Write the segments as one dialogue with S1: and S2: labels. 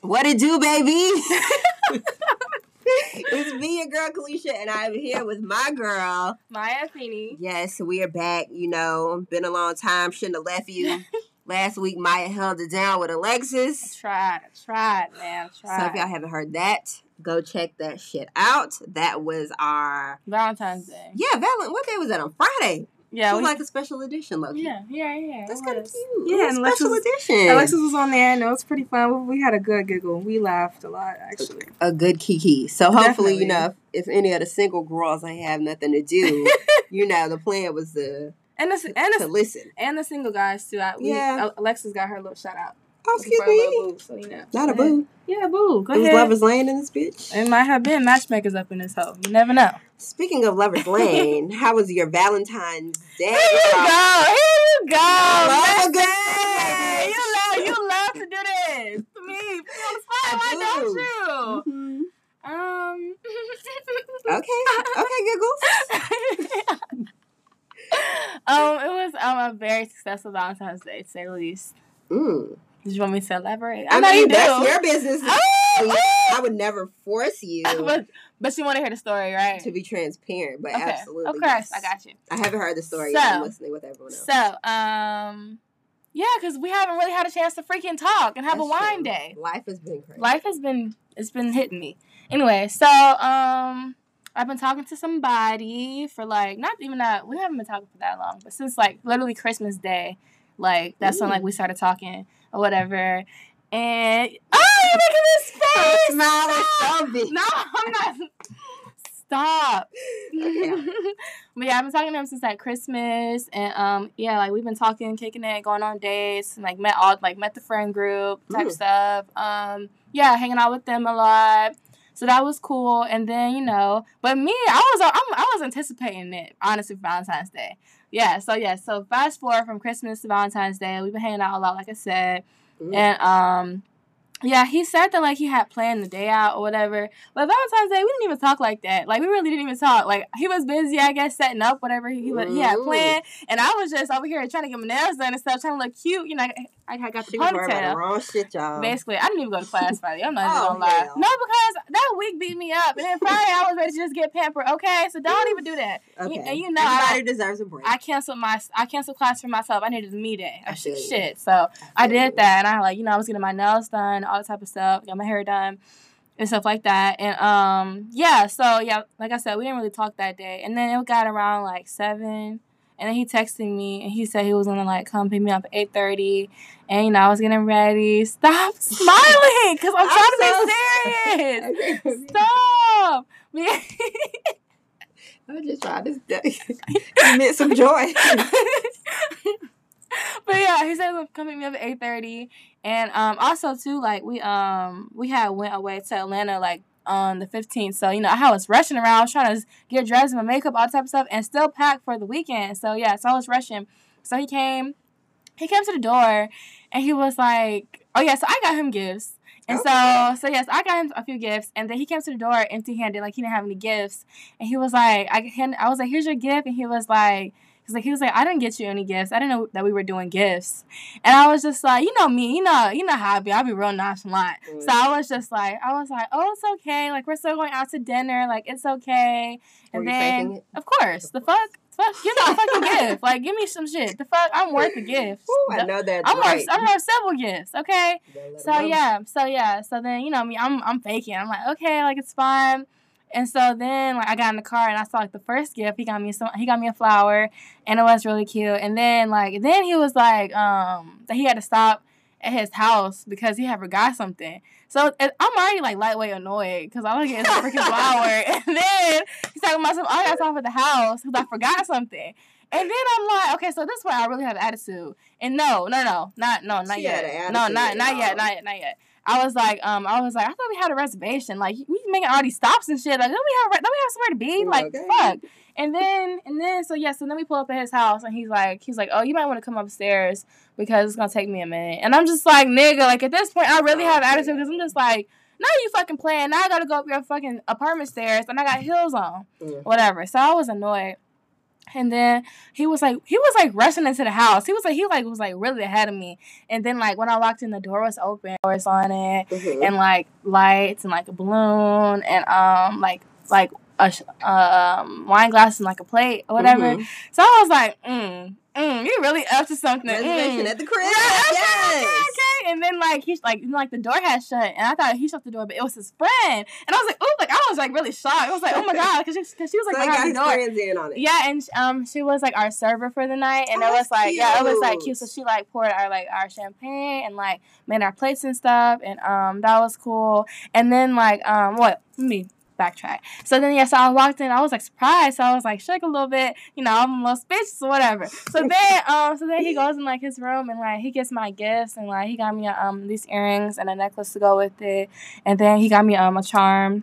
S1: What it do, baby? it's me, your girl Kalisha, and I'm here with my girl.
S2: Maya Feeney.
S1: Yes, we are back. You know, been a long time. Shouldn't have left you. Last week, Maya held it down with
S2: I
S1: Alexis.
S2: tried, I tried, man, I
S1: So if
S2: tried.
S1: y'all haven't heard that, go check that shit out. That was our
S2: Valentine's Day.
S1: yeah, Valent. What day was that on Friday?
S2: Yeah,
S1: it
S2: we,
S1: was like a special edition, Loki.
S2: yeah, yeah, yeah.
S1: that's
S2: it
S1: kind of
S2: was.
S1: cute.
S2: Yeah,
S1: Yeah,
S2: and
S1: special
S2: Alexis-
S1: edition.
S2: Alexis was on there, and it was pretty fun. We we had a good giggle. We laughed a lot, actually.
S1: a good kiki. So hopefully, you
S2: Definitely.
S1: know, if, if any of the single girls ain't have nothing to do, you know, the plan was to
S2: And the and
S1: to
S2: the,
S1: listen.
S2: and the single guys too. I, we,
S1: Yeah.
S2: Alexis got her little shout out.
S1: Oh, excuse me,
S2: Boo, so you know.
S1: not a
S2: Go ahead.
S1: boo.
S2: Yeah, boo. Go
S1: It was
S2: ahead.
S1: lovers lane in this bitch.
S2: It might have been matchmakers up in this hoe. You never know.
S1: Speaking of lovers lane, how was your Valentine's Day?
S2: go. Here you go.
S1: Love
S2: Matchmaker.
S1: again.
S2: You love you love to do this. To me, put me on the spot.
S1: I
S2: Why don't
S1: do.
S2: you?
S1: Mhm.
S2: Um.
S1: Okay, okay, giggles.
S2: um, it was um a very successful Valentine's Day, to say the least.
S1: Mm.
S2: Did you want me to elaborate?
S1: I, mean, that's your business.
S2: Oh,
S1: I would never force you
S2: oh. but, but you want to hear the story, right?
S1: to be transparent, but
S2: okay.
S1: absolutely,
S2: Of course,
S1: yes.
S2: I got you.
S1: I haven't heard the story. yet. I'm
S2: So-
S1: listening with everyone else.
S2: So, um, yeah, because we haven't really had a chance to freaking talk and have a
S1: That's
S2: wine
S1: true.
S2: day.
S1: Life has been crazy.
S2: life has been it's been hitting me anyway so um i've been talking to somebody for like not even that we haven't been talking for that long but since like literally christmas day like that's when like we started talking or whatever and oh you're making this
S1: Her
S2: face
S1: smile is
S2: Stop!
S1: so big.
S2: no i'm not stop
S1: Okay.
S2: but yeah, I've been talking to him since like Christmas, and um, yeah, like we've been talking, kicking it, going on dates, and like met all like met the friend group type
S1: Ooh.
S2: stuff. Um, yeah, hanging out with them a lot. So that was cool, and then you know, but me, I was I'm, I was anticipating it honestly for Valentine's Day. Yeah, so yeah, so fast forward from Christmas to Valentine's Day, we've been hanging out a lot, like I said,
S1: Mm.
S2: and um, yeah, he said that like he had planned the day out or whatever. But Valentine's Day, we didn't even talk like that. Like we really didn't even talk. Like he was busy, I guess, setting up whatever he, he, was, he had
S1: Ooh.
S2: planned, and I was just over here trying to get my nails done and stuff, trying to look cute. You know, I, I got the
S1: She was worried about the
S2: ponytail.
S1: wrong shit, y'all.
S2: Basically, I didn't even go to class Friday. I'm not even
S1: Oh,
S2: gonna lie.
S1: hell.
S2: No, because that week beat me up, and then Friday I was ready to just get pampered. Okay, so don't even do that.
S1: okay.
S2: and you know I
S1: everybody deserves a break.
S2: I canceled my I canceled class for myself. I needed a me day.
S1: I feel you.
S2: Shit. So I did that, and I like you know I was getting my nails done, all that type of stuff, got my hair done, and stuff like that. And um, yeah, so yeah, like I said, we didn't really talk that day, and then it got around like seven, and then he texted me, and he said he was gonna like come pick me up at eight thirty, and you know I was getting ready. Stop smiling, cause
S1: I'm
S2: I'm trying to be
S1: so
S2: serious.
S1: Okay.
S2: Stop.
S1: I just tried to commit some joy.
S2: but yeah, he said he'll come meet me up at eight thirty, and um also too like we um we had went away to Atlanta like on the fifteenth, so you know I was rushing around, I was trying to get dressed, my makeup, all type of stuff, and still packed for the weekend. So yeah, so I was rushing. So he came, he came to the door, and he was like, oh yeah, so I got him gifts. And
S1: Okay.
S2: so, so yes, I got him a few gifts, and then he came to the door empty-handed, like he didn't have any gifts. And he was like, I hand, I was like, here's your gift, and he was like, he's like, he was like, I didn't get you any gifts. I didn't know that we were doing gifts. And I was just like, you know me, you know, you know how I be. I be real nonchalant. So
S1: Mm.
S2: I was just like, I was like, oh, it's okay. Like we're still going out to dinner. Like it's okay.
S1: Were
S2: And
S1: you faking
S2: then,
S1: it?
S2: of course, the fuck, fuck, give me a fucking gift. Like give me some shit. The fuck, I'm worth the gift.
S1: Ooh, I know that's
S2: I'm
S1: right.
S2: worth, I'm worth several gifts. Okay.
S1: Don't let 'em
S2: So
S1: know.
S2: yeah, so yeah, so then you know me, I'm I'm faking. I'm like okay, like it's fine. And so then like I got in the car and I saw like the first gift he got me some he got me a flower and it was really cute. And then like then he was like um that he had to stop at his house because he had forgot something. So it, I'm already like lightweight annoyed because I was getting some freaking flower and then he's talking about some "Oh, I got off at the house because I forgot something. And then I'm like, okay, so this way I really have attitude. And no, no, no, not no, not
S1: She had
S2: yet.
S1: an
S2: No,
S1: attitude,
S2: not not
S1: y'all.
S2: yet, not yet, not yet. I was like, um, I was like, I thought we had a reservation. Like, we making all these stops and shit. Like, don't we have don't we have somewhere to be? Like,
S1: Okay.
S2: fuck. And then and then so yeah, so then we pull up at his house and he's like, he's like, oh, you might want to come upstairs because it's gonna take me a minute. And I'm just like, nigga, like at this point, I really have attitude because I'm just like, now you fucking playing. Now I gotta go up your fucking apartment stairs and I got heels on
S1: Mm.
S2: whatever. So I was annoyed. And then he was like, he was like rushing into the house. He was like, he like was like really ahead of me. And then like when I walked in, the door was open, doors on it,
S1: Mhm.
S2: and like lights and like a balloon and um like like a sh- um wine glass and like a plate or whatever.
S1: Mhm.
S2: So I was like, mm, mm, you really up to something.
S1: Reservation
S2: mm.
S1: at the crib.
S2: Yeah, okay, okay,
S1: yes.
S2: okay. And then like he's like, you know, like the door had shut, and I thought he shut the door, but it was his friend. And I was like, oh, like I was like really shocked. I was like, oh my god, because she, 'cause she was
S1: So
S2: like
S1: I got his
S2: behind the door.
S1: friends in on it.
S2: Yeah, and um, she was like our server for the night, and
S1: Oh,
S2: it was
S1: that's
S2: like yeah, it was like
S1: cute.
S2: cute. So she like poured our like our champagne and like made our plates and stuff, and um, that was cool. And then like um, what let me backtrack. So then yeah, so I walked in, I was like surprised, so I was like shook a little bit, you know, I'm a little speechless or whatever. So then um, so then he goes in like his room and like he gets my gifts and like he got me um these earrings and a necklace to go with it, and then he got me um a charm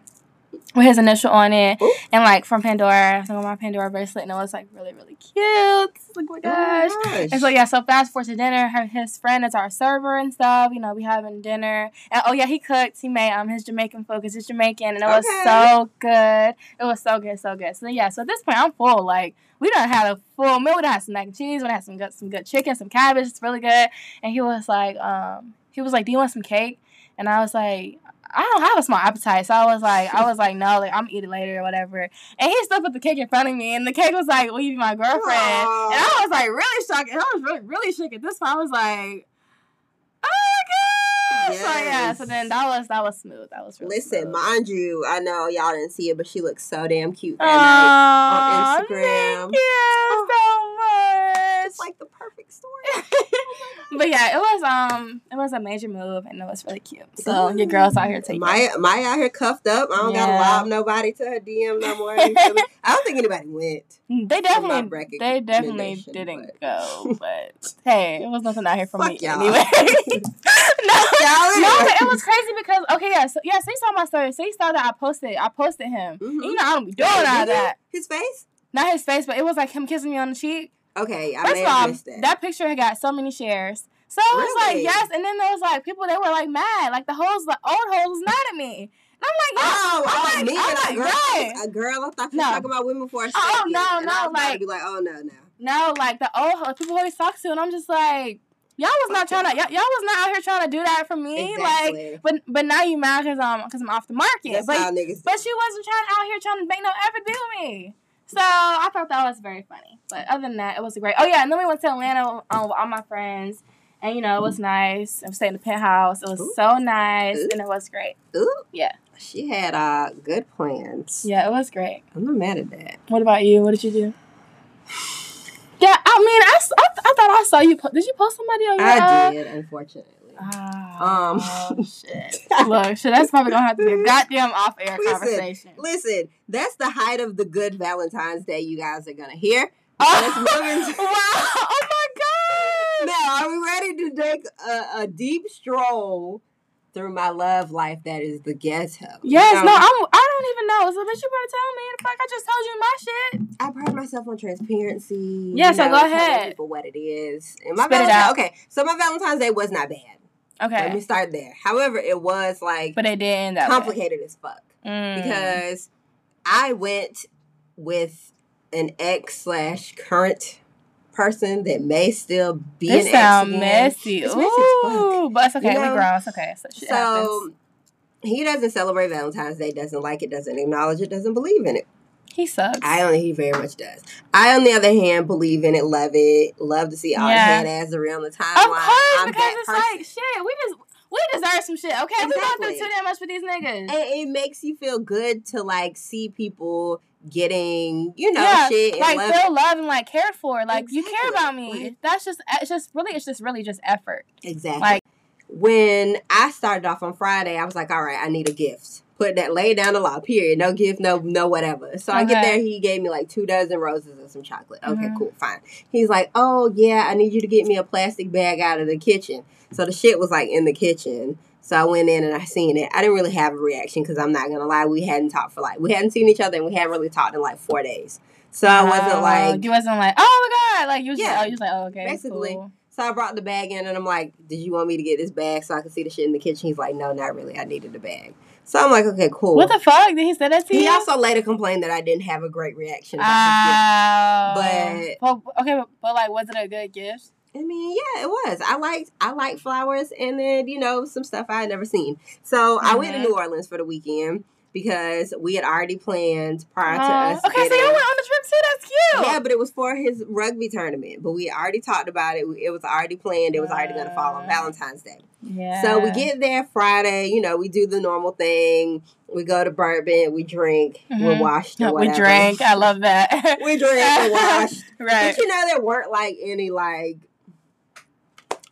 S2: with his initial on it
S1: Ooh.
S2: and like from Pandora. So my Pandora bracelet and it was like really, really cute. It's Like oh my gosh.
S1: Oh my
S2: And so
S1: gosh.
S2: yeah, so fast forward to dinner, her his friend is our server and stuff. You know, we having dinner. And oh yeah, he cooked. He made um his Jamaican food because it's Jamaican and it was
S1: Okay.
S2: so good. It was so good, so good. So then, yeah, so at this point I'm full. Like we done had a full meal. We done had some mac and cheese. We done had some good some good chicken, some cabbage. It's really good. And he was like, um, he was like, Do you want some cake? And I was like, I don't have a small appetite. So I was like, I was like, no, like I'm eating later or whatever. And he still put the cake in front of me, and the cake was like, "Will you be my girlfriend?"
S1: Aw.
S2: And I was like, really shocked. And I was really, really shook at this point. I was like, "Oh my gosh!" So yeah,
S1: Yes.
S2: so then that was that was smooth. That was really
S1: Listen,
S2: smooth.
S1: mind you, I know y'all didn't see it, but she looks so damn cute that night.
S2: Aw,
S1: on Instagram.
S2: Thank you so much.
S1: It's like the perfect story.
S2: but yeah, it was um, it was a major move, and it was really cute. So your girls out here taking.
S1: Maya, Maya out here cuffed up. I don't gotta
S2: Yeah.
S1: lob nobody to her DM no more. You feel me? I don't think anybody went.
S2: They
S1: my
S2: definitely,
S1: recognition,
S2: they definitely didn't
S1: but-
S2: go. But hey, it was nothing out here for
S1: Fuck
S2: me
S1: y'all.
S2: anyway. no,
S1: Y'all
S2: no,
S1: anyway.
S2: but it was crazy because okay, yeah, so yeah, so you saw my story, so you saw that I posted, I posted him.
S1: Mhm.
S2: You know, I don't be doing all
S1: Did you?
S2: that.
S1: His face?
S2: Not his face, but it was like him kissing me on the cheek.
S1: Okay, I
S2: First
S1: may
S2: of
S1: have
S2: all,
S1: missed
S2: that.
S1: that.
S2: picture had got so many shares. So it was
S1: Really?
S2: like yes, and then there was like people that were like mad, like the hoes, the old hoes was mad at me. And I'm like, yeah,
S1: Oh, oh,
S2: I'm
S1: me
S2: like,
S1: and a
S2: I'm
S1: girl,
S2: like, right.
S1: a girl. I thought you were
S2: No.
S1: talking about women for a second.
S2: Oh, no,
S1: and I
S2: no,
S1: was about to
S2: like-
S1: be like, oh no, no.
S2: No, like the old ho- people always talk to, and I'm just like, y'all was not trying to, y'all, y'all was not out here trying to do that for me. Like,
S1: Exactly.
S2: but but now you mad because um because I'm off the market.
S1: That's
S2: but
S1: how niggas.
S2: but she wasn't trying out here trying to make no effort do me. So I thought that was very funny. But other than that, it was great. Oh yeah, and then we went to Atlanta um, with all my friends, and you know it was nice. I'm staying in the penthouse. It was
S1: Ooh.
S2: so nice,
S1: Ooh.
S2: and it was great.
S1: do. Ooh,
S2: Yeah.
S1: She had uh good plans.
S2: Yeah, it was great.
S1: I'm not mad at that.
S2: What about you? What did you do? Yeah, I mean, I, s- I, th- I thought I saw you. Po- did you post somebody on your? uh,
S1: I did, Um, unfortunately.
S2: Oh, shit. Look, shit, that's probably gonna have to be a goddamn off air
S1: Listen,
S2: conversation.
S1: Listen, that's the height of the good Valentine's Day you guys are gonna hear.
S2: Oh,
S1: Let's move into-
S2: wow. Oh my god.
S1: Now, are we ready to take a, a deep stroll through my love life that is the ghetto?
S2: Yes,
S1: So,
S2: no, I'm I don't even know. So but you better tell me the fuck I just told you my shit.
S1: I pride myself on transparency.
S2: Yeah, so go
S1: telling
S2: ahead.
S1: People what it is. And my
S2: Spit it
S1: Valentine-
S2: out.
S1: Okay, so my Valentine's Day was not bad. Let me
S2: Okay.
S1: start there. However, it was like
S2: But it did end that way.
S1: complicated as fuck
S2: Mm.
S1: because I went with an ex slash current person that may still be
S2: this
S1: an
S2: sound
S1: ex again.
S2: messy.
S1: It's
S2: Ooh,
S1: messy as fuck.
S2: but it's okay.
S1: You know?
S2: we grown. It's okay. So, shit happens.
S1: So he doesn't celebrate Valentine's Day. Doesn't like it. Doesn't acknowledge it. Doesn't believe in it.
S2: He sucks.
S1: I don't think he very much does. I, on the other hand, believe in it, love it, love to see all the
S2: Yeah.
S1: hand ass around the timeline.
S2: of course,
S1: I'm
S2: because
S1: that
S2: it's
S1: person.
S2: like shit. We just we deserve some shit. Okay, we going
S1: Exactly.
S2: through too damn much for these
S1: and
S2: niggas.
S1: it makes you feel good to like see people getting you know
S2: Yeah,
S1: shit and
S2: like
S1: love.
S2: feel loved and like cared for. Like you care
S1: Exactly.
S2: about me.
S1: Like-
S2: That's just it's just really it's just really just effort.
S1: exactly.
S2: like-
S1: when I started off on Friday, I was like, all right, I need a gift. Put that lay down the law. Period. No gift. No no whatever. So I get
S2: Okay.
S1: there. He gave me like two dozen roses and some chocolate. Okay,
S2: Mhm.
S1: cool, fine. He's like, oh yeah, I need you to get me a plastic bag out of the kitchen. So the shit was like in the kitchen. So I went in and I seen it. I didn't really have a reaction because I'm not gonna lie, we hadn't talked for like we hadn't seen each other and we hadn't really talked in like four days. So I wasn't
S2: Oh,
S1: like
S2: you wasn't like oh my god like you was
S1: Yeah.
S2: just, oh, you was like oh okay
S1: Basically.
S2: cool.
S1: So I brought the bag in and I'm like, Did you want me to get this bag so I could see the shit in the kitchen? He's like, No, not really. I needed the bag. So I'm like, Okay, cool.
S2: What the fuck? Did he say that to you?
S1: he also later complained that I didn't have a great reaction. about
S2: Ah.
S1: his gift.
S2: Well, okay, but, but like, was it a good gift?
S1: his gift. I mean, yeah, it was. I liked I liked flowers and then, you know, some stuff I had never seen. So I went to
S2: Mhm.
S1: New Orleans for the weekend because we had already planned prior to
S2: Uh,
S1: us.
S2: okay, so
S1: getting-
S2: you went on the trip too. That's cute.
S1: Yeah, but it was for his rugby tournament. But we already talked about it. It was already planned. It was already going to fall on
S2: Uh.
S1: Valentine's Day.
S2: Yeah.
S1: So we get there Friday. You know, we do the normal thing. We go to bourbon. We drink. We're
S2: Mhm.
S1: washed. Or
S2: we
S1: whatever.
S2: drank. I love that.
S1: We drank. We're washed.
S2: right.
S1: But you know, there weren't like any like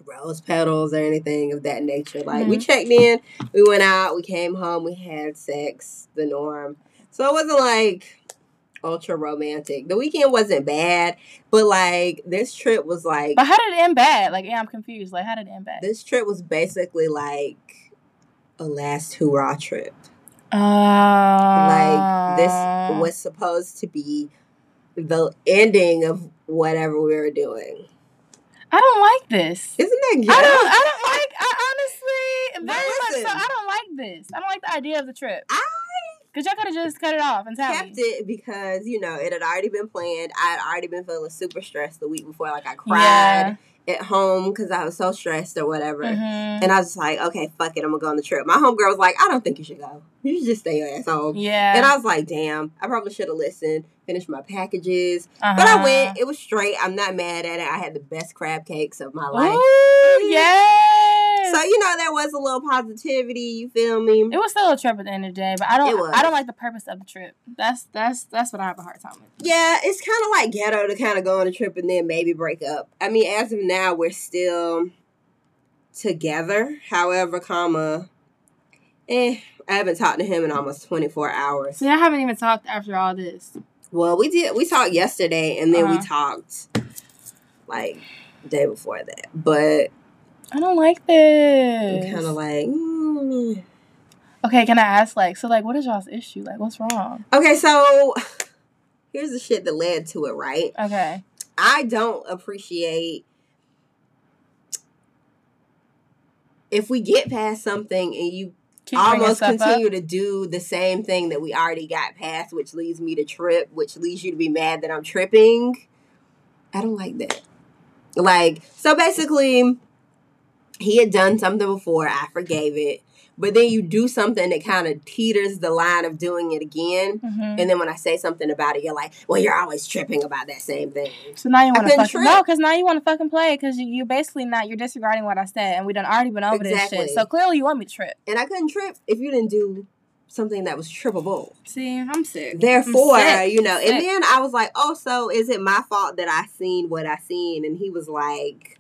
S1: rose petals or anything of that nature. Like we
S2: Mhm.
S1: checked in, we went out, we came home, we had sex, the norm. So it wasn't like ultra romantic. The weekend wasn't bad, but like this trip was like
S2: But how did it end bad? Like, yeah, I'm confused. Like, how did it end bad?
S1: this trip was basically like a last hoorah trip.
S2: Oh.
S1: like this
S2: Ah.
S1: was supposed to be the ending of whatever we were doing.
S2: I don't like this.
S1: Isn't that good?
S2: I don't. I don't like. I honestly,
S1: But
S2: very
S1: listen.
S2: much so. I don't like this. I don't like the idea of the trip.
S1: I-
S2: Cause y'all could have just cut it off and tell
S1: kept
S2: me.
S1: it because you know it had already been planned. I had already been feeling super stressed the week before. Like I
S2: Yeah.
S1: cried at home because I was so stressed or whatever.
S2: Mhm.
S1: And I was just like, okay, fuck it, I'm gonna go on the trip. My homegirl was like, I don't think you should go. You should just stay your ass home.
S2: Yeah.
S1: oh, And I was like, damn, I probably should have listened, finished my packages. But I
S2: Uh,
S1: went. It was straight. I'm not mad at it. I had the best crab cakes of my life.
S2: Ooh, uh-huh. yes.
S1: So you know there was a little positivity. You feel me?
S2: It was still a trip at the end of the day, but I
S1: It was.
S2: don't. I don't like the purpose of the trip. That's that's that's what I have a hard time with.
S1: Yeah, it's kind of like ghetto to kind of go on a trip and then maybe break up. I mean, as of now, we're still together. However, comma, eh, I haven't talked to him in almost twenty four hours.
S2: See, I haven't even talked after all this.
S1: Well, we did. We talked yesterday, and then we
S2: Uh-huh.
S1: talked like day before that. But
S2: I don't like
S1: I'm
S2: this.
S1: kind of like. mm.
S2: okay, can I ask like so like what is y'all's issue? Like what's wrong?
S1: Okay, so here's the shit that led to it, right?
S2: Okay.
S1: I don't appreciate if we get past something and you
S2: Keep bringing
S1: almost
S2: stuff up.
S1: continue to do the same thing that we already got past, which leads me to trip, which leads you to be mad that I'm tripping. I don't like that. Like, so basically, he had done something before, I forgave it. But then you do something that kind of teeters the line of doing it again.
S2: Mhm.
S1: And then when I say something about it, you're like, well, you're always tripping about that same thing.
S2: So now you
S1: I've
S2: want to
S1: been
S2: fucking
S1: tricked.
S2: no, because now you want to fucking play because you, you basically not you're disregarding what I said and we done already been over this
S1: Exactly.
S2: shit. So clearly you want me to trip.
S1: and I couldn't trip if you didn't do something that was trippable.
S2: See, I'm sick.
S1: Therefore,
S2: I'm sick.
S1: you know, and
S2: Sick.
S1: then I was like, "Oh, so is it my fault that I seen what I seen?" And he was like,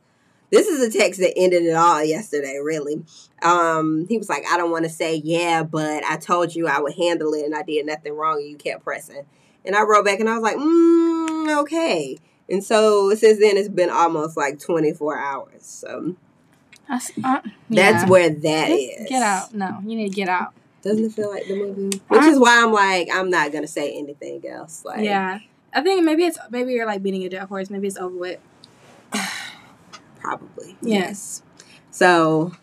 S1: "This is a text that ended it all yesterday, really." Um, he was like, "I don't want to say yeah, but I told you I would handle it, and I did nothing wrong, and you kept pressing." And I wrote back, and I was like, mm, "Okay." And so since then, it's been almost like twenty four hours. So
S2: I s- uh,
S1: that's
S2: yeah.
S1: where that
S2: Get-
S1: is.
S2: Get out. No, you need to get out.
S1: Doesn't it feel like the movie? Which is why I'm like, I'm not gonna say anything else. Like,
S2: yeah. I think maybe it's maybe you're like beating a dead horse. Maybe it's over with.
S1: probably.
S2: Yeah.
S1: Yes. So,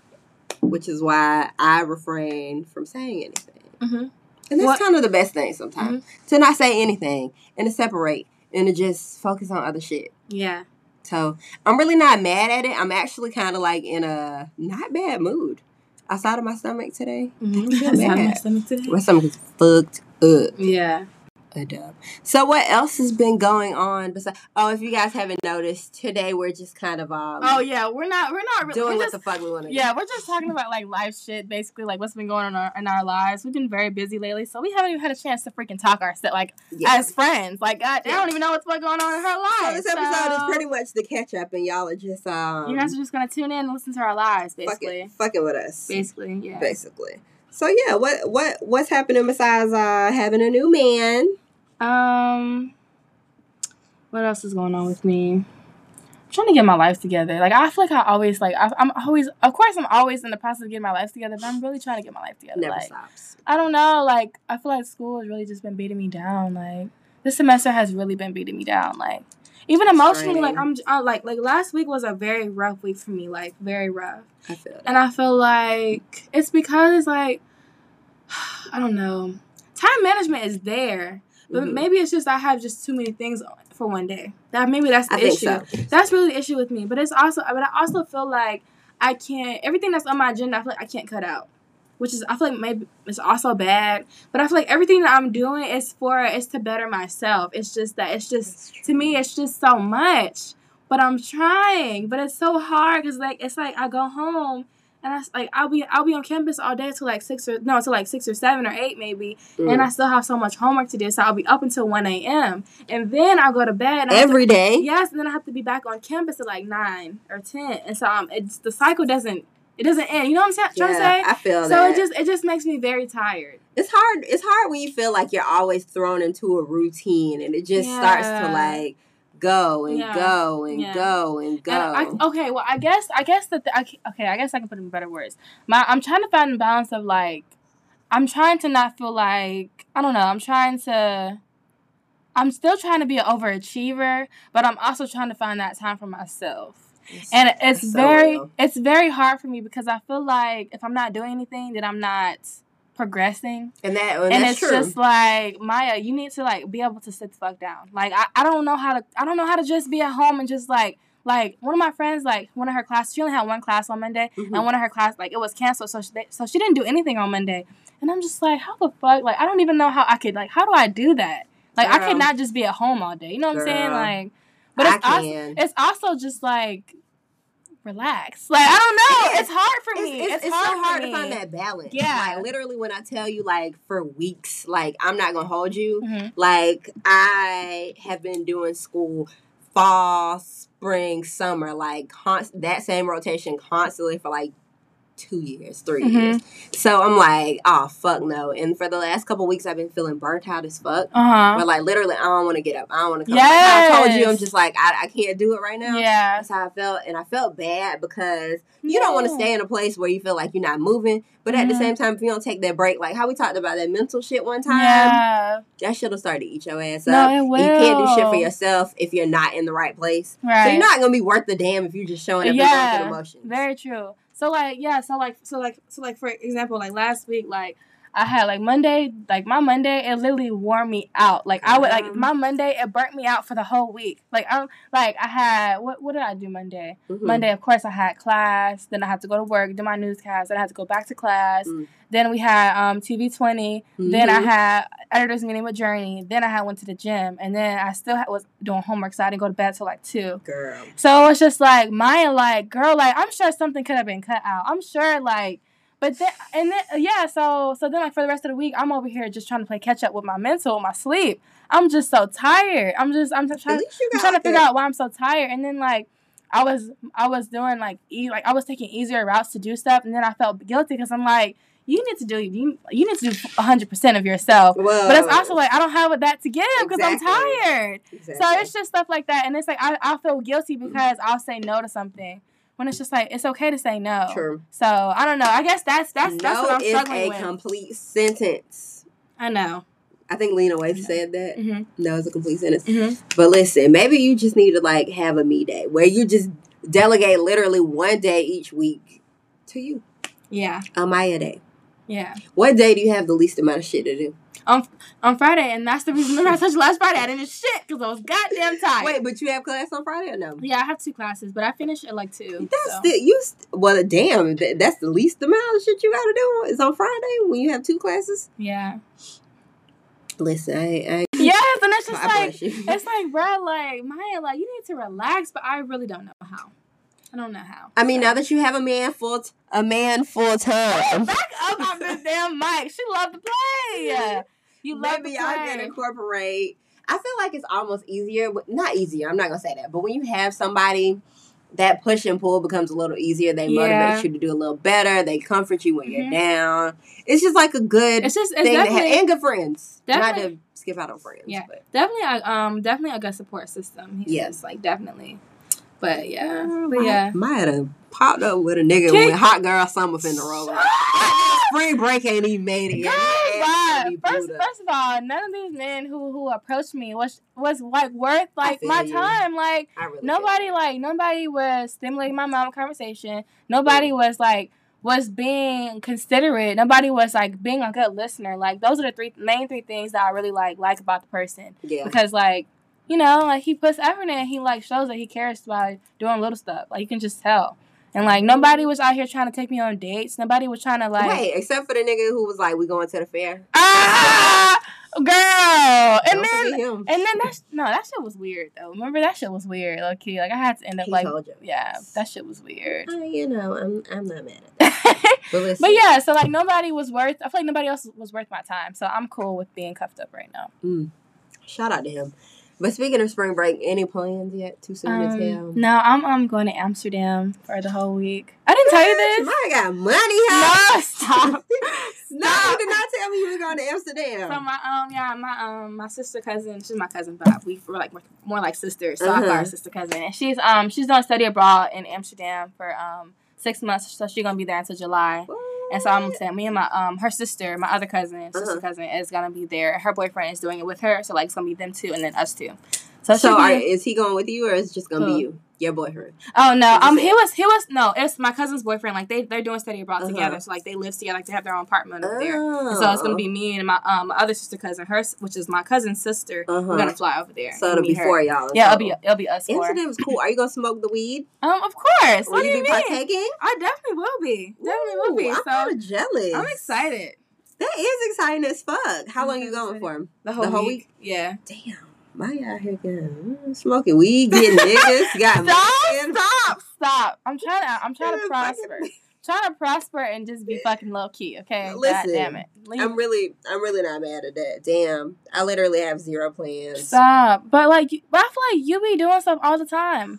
S1: which is why I refrain from saying anything,
S2: Mm-hmm.
S1: and that's
S2: What- Mm-hmm.
S1: kind of the best thing sometimes to not say anything and to separate and to just focus on other shit.
S2: Yeah.
S1: So I'm really not mad at it. I'm actually kind of like in a not bad mood. Outside of my stomach today,
S2: Mm-hmm.
S1: I feel bad. my stomach is fucked up.
S2: Yeah.
S1: a dub. So what else has been going on besides? Oh, if you guys haven't noticed, today we're just kind of um,
S2: Oh yeah, we're not. We're not really.
S1: doing
S2: We're
S1: what
S2: just,
S1: the fuck we want to.
S2: yeah, we're just talking about like life shit, basically, like what's been going on in our, in our lives. We've been very busy lately, so we haven't even had a chance to freaking talk ourselves, like
S1: do. yeah.
S2: as friends. Like, God, I
S1: Yeah.
S2: don't even know what's been going on in her
S1: So
S2: life.
S1: this episode
S2: so
S1: is pretty much the catch up, and y'all are just um,
S2: you guys are just gonna tune in and listen to our lives, basically.
S1: fucking, fucking with us,
S2: Basically, yeah.
S1: basically. So yeah, what what what's happening besides uh having a new man?
S2: Um, what else is going on with me? I'm trying to get my life together. Like I feel like I always like I, I'm always of course I'm always in the process of getting my life together, but I'm really trying to get my life together.
S1: Never
S2: like
S1: stops.
S2: I don't know. Like I feel like school has really just been beating me down. Like this semester has really been beating me down. Like even emotionally, like
S1: Draining.
S2: I'm I, like like last week was a very rough week for me. Like very rough,
S1: I feel that.
S2: and I feel like it's because like I don't know, time management is there, but
S1: Mhm.
S2: maybe it's just I have just too many things for one day. That maybe that's the
S1: I
S2: issue
S1: think so.
S2: that's really the issue with me. But it's also, but I also feel like I can't everything that's on my agenda. I feel like I can't cut out, which is I feel like maybe it's also bad. But I feel like everything that I'm doing is for is to better myself. It's just that it's just to me it's just so much. But I'm trying, but it's so hard because like it's like I go home. And I s- like I'll be I'll be on campus all day till like six or no till like six or seven or eight maybe,
S1: Mm.
S2: and I still have so much homework to do, so I'll be up until one a.m. and then I'll go to bed. And I'll
S1: Every day.
S2: Yes, and then I have to be back on campus at like nine or ten, and so um, it's the cycle doesn't it doesn't end. You know what I'm sa- trying
S1: Yeah,
S2: to
S1: I feel
S2: say? So
S1: that.
S2: it just it just makes me very tired.
S1: it's hard it's hard when you feel like you're always thrown into a routine and it just starts to
S2: Yeah.
S1: like go and
S2: Yeah.
S1: go and
S2: Yeah.
S1: go and go
S2: And I, oh, okay, well I guess I guess that the, I, ca- okay I guess I can put it in better words. My I'm trying to find a balance of like I'm trying to not feel like I don't know. I'm trying to. I'm still trying to be an overachiever, but I'm also trying to find that time for myself.
S1: It's-
S2: and it's
S1: so
S2: very
S1: real.
S2: it's very hard for me because I feel like if I'm not doing anything, then I'm not progressing.
S1: and that
S2: And,
S1: and that's
S2: it's
S1: true
S2: just like Maya, you need to like be able to sit the fuck down. Like I, I don't know how to I don't know how to just be at home and just like like one of my friends like one of her classes she only had one class on Monday
S1: Mhm.
S2: and one of her class like it was canceled so she, so she didn't do anything on Monday and I'm just like how the fuck like I don't even know how I could like how do I do that like I
S1: Girl.
S2: could not just be at home all day you know what I'm saying
S1: Girl.
S2: like but it's
S1: I
S2: also
S1: can.
S2: it's also just like relax. Like I don't know. It's hard for
S1: it's,
S2: me.
S1: it's,
S2: It's,
S1: it's
S2: hard,
S1: so hard
S2: for
S1: to
S2: me.
S1: find that balance.
S2: Yeah.
S1: Like literally when I tell you like for weeks, like I'm not gonna hold you.
S2: Mhm.
S1: Like I have been doing school fall, spring, summer, like const- that same rotation constantly for like two years, 3
S2: Mhm.
S1: years. So I'm like, oh fuck no. And for the last couple weeks I've been feeling burnt out as fuck.
S2: Uh huh.
S1: But like literally I don't wanna get up. I don't wanna come Like, how I told you I'm
S2: Yes.
S1: just like I, I can't do it right now.
S2: Yeah.
S1: That's how I felt. And I felt bad because you don't want to
S2: No.
S1: stay in a place where you feel like you're not moving. But at the
S2: Mhm.
S1: same time, if you don't take that break, like how we talked about that mental shit one time,
S2: Yeah.
S1: that shit'll start to eat your ass
S2: No,
S1: up.
S2: it
S1: And You can't do shit for
S2: will.
S1: yourself if you're not in the right place.
S2: Right.
S1: So you're not gonna be worth the damn if you're just showing up and going
S2: Yeah.
S1: through the motions.
S2: Very true. So like yeah, so like so like so like for example, like last week, like I had like Monday, like my Monday, it literally wore me out. Like I would
S1: Yeah.
S2: like my Monday, it burnt me out for the whole week. Like I like I had what what did I do Monday?
S1: Mhm.
S2: Monday, of course, I had class. Then I had to go to work, do my newscast. Then I had to go back to class.
S1: Mm.
S2: Then we had um, TV 20. Then I
S1: Mhm.
S2: had editors meeting with Journey. Then I had went to the gym. And then I still had, was doing homework, so I didn't go to bed till like 2.
S1: girl.
S2: So it's just like, Maya, like, girl, like, I'm sure something could have been cut out. I'm sure, like, but then, and then, yeah, so, so then, like, for the rest of the week, I'm over here just trying to play catch up with my mental, my sleep. I'm just so tired. I'm just, I'm just trying
S1: At least you
S2: I'm
S1: got
S2: trying to
S1: like,
S2: figure
S1: a-
S2: out why I'm so tired. And then like I was I was doing like e- like I was taking easier routes to do stuff, and then I felt guilty because I'm like, you need to do you you need to do 100 percent of yourself.
S1: Whoa.
S2: But it's also like I don't have that to give because
S1: Oh. Exactly.
S2: I'm tired.
S1: Exactly. Mm-hmm.
S2: So it's just stuff like that, and it's like I I feel guilty because I'll say no to something when it's just like it's okay to say no.
S1: true.
S2: So I don't know. I guess that's that's that's
S1: no
S2: what I'm
S1: is
S2: struggling
S1: a
S2: with.
S1: complete sentence.
S2: I know.
S1: I think Lena Waithe said that.
S2: hmm
S1: No, it's a complete sentence.
S2: hmm
S1: But listen, maybe you just need to like have a me day where you just delegate literally one day each week to you.
S2: Yeah.
S1: A Maya day.
S2: Yeah.
S1: What day do you have the least amount of shit to do?
S2: on Friday, and that's the reason. Remember, I told you last Friday I didn't do shit because I was goddamn tired.
S1: Wait, but you have class on Friday or no?
S2: Yeah, I have two classes, but I finished at like two.
S1: That's
S2: so.
S1: the you. St- well, damn, th- that's the least amount of shit you got to do. It's on Friday when you have two classes.
S2: yeah.
S1: Listen, I, I,
S2: Yes, and it's just
S1: I
S2: like
S1: bless you.
S2: it's like, bro, like Maya, like you need to relax, but I really don't know how. I don't know how.
S1: I mean, now that you have a man full, t- a man full time.
S2: Back up on this damn mic. She loved to play. Yeah. You love
S1: maybe
S2: to
S1: I can
S2: play.
S1: incorporate. I feel like it's almost easier, but not easier. I'm not gonna say that. But when you have somebody, that push and pull becomes a little easier. They
S2: Yeah.
S1: motivate you to do a little better. They comfort you when you're
S2: Mhm.
S1: down. It's just like a good
S2: It's just it's
S1: thing to have,
S2: definitely
S1: and good friends. Not to
S2: Definitely.
S1: skip out on friends.
S2: Yeah.
S1: But.
S2: definitely a um definitely a good support system.
S1: Yeah. Oh,
S2: Yes, like definitely. But yeah.
S1: Girl,
S2: But
S1: Maya-
S2: yeah.
S1: Maya done popped up with a nigga
S2: Can-
S1: with hot girl summer finna roll up. Spring break ain't even made it yet.
S2: Girl, why?
S1: Your ass gonna be
S2: First,
S1: booed up.
S2: first of all, none of these men who who approached me was was like worth like
S1: feel
S2: my
S1: you.
S2: time. Like
S1: I really
S2: nobody, like nobody was stimulating my mom conversation. Nobody was like was being considerate. Nobody was like being a good listener. Like those are the three main three things that I really like like about the person
S1: did. yeah.
S2: because like you know like he puts effort in. He like shows that he cares by doing little stuff. Like you can just tell. And
S1: Mm-hmm.
S2: like nobody was out here trying to take me on dates. Nobody was trying to like
S1: Wait, except for the nigga who was like, "We going to the fair,"
S2: Ah, girl. And
S1: Don't
S2: then
S1: forget him.
S2: and then that's no, that shit was weird though. Remember that shit was weird, low key. Like I had to end up
S1: He
S2: like
S1: told you.
S2: yeah, that shit was weird.
S1: Uh, you know, I'm I'm not mad at that.
S2: but
S1: But listen,
S2: yeah, so like nobody was worth. I feel like nobody else was worth my time. So I'm cool with being cuffed up right now.
S1: shout out to him. But speaking of spring break, any plans yet? Too soon
S2: Um,
S1: to tell.
S2: no, I'm I'm going to Amsterdam for the whole week. I didn't tell you
S1: Bitch,
S2: this.
S1: Mara got money. huh?
S2: No, stop.
S1: no, you did not tell me you were going to Amsterdam.
S2: So my um yeah my um my sister cousin she's my cousin but we were like more like sisters so I call
S1: Uh-huh.
S2: her sister cousin and she's um she's doing study abroad in Amsterdam for um six months so she's gonna be there until July and so I'm saying me and my um her sister my other cousin sister
S1: Uh-huh.
S2: cousin is gonna be there her boyfriend is doing it with her so like it's gonna be them two and then us two so,
S1: so,
S2: it should be-
S1: are, is he going with you, or is it just going to
S2: Who?
S1: be you, your boyfriend?
S2: oh no
S1: Is
S2: um
S1: it-
S2: he was he was no it's my cousin's boyfriend like they they're doing study abroad
S1: Uh-huh.
S2: together so like they live together like they have their own apartment over there.
S1: Oh.
S2: And so it's gonna be me and my um my other sister cousin, her s- which is my cousin's sister.
S1: Uh-huh.
S2: We're gonna fly over there.
S1: So
S2: and
S1: it'll be
S2: meet her.
S1: for y'all. in
S2: Yeah, it'll be
S1: total.
S2: it'll be us four.
S1: Amsterdam is cool. Are you going to smoke the weed?
S2: Um, of course.
S1: Will
S2: What do you
S1: be
S2: mean?
S1: partaking?
S2: I definitely will be. Definitely will
S1: Ooh,
S2: be.
S1: I'm
S2: so
S1: kinda jealous.
S2: I'm excited.
S1: That is exciting as fuck. How
S2: I'm
S1: long you
S2: kinda
S1: going for?
S2: The whole,
S1: The whole
S2: week. Yeah.
S1: Damn, my out here getting smoking weed, getting niggas, got
S2: Stop!
S1: money.
S2: Stop! Stop! I'm trying to I'm trying
S1: Fucking-
S2: to prosper. trying to prosper and just be fucking low key. Okay. God
S1: Listen,
S2: damn it. Leave-
S1: I'm really, I'm really not mad at that. Damn, I literally have zero plans.
S2: Stop. But like, you- but I feel like you be doing stuff all the time.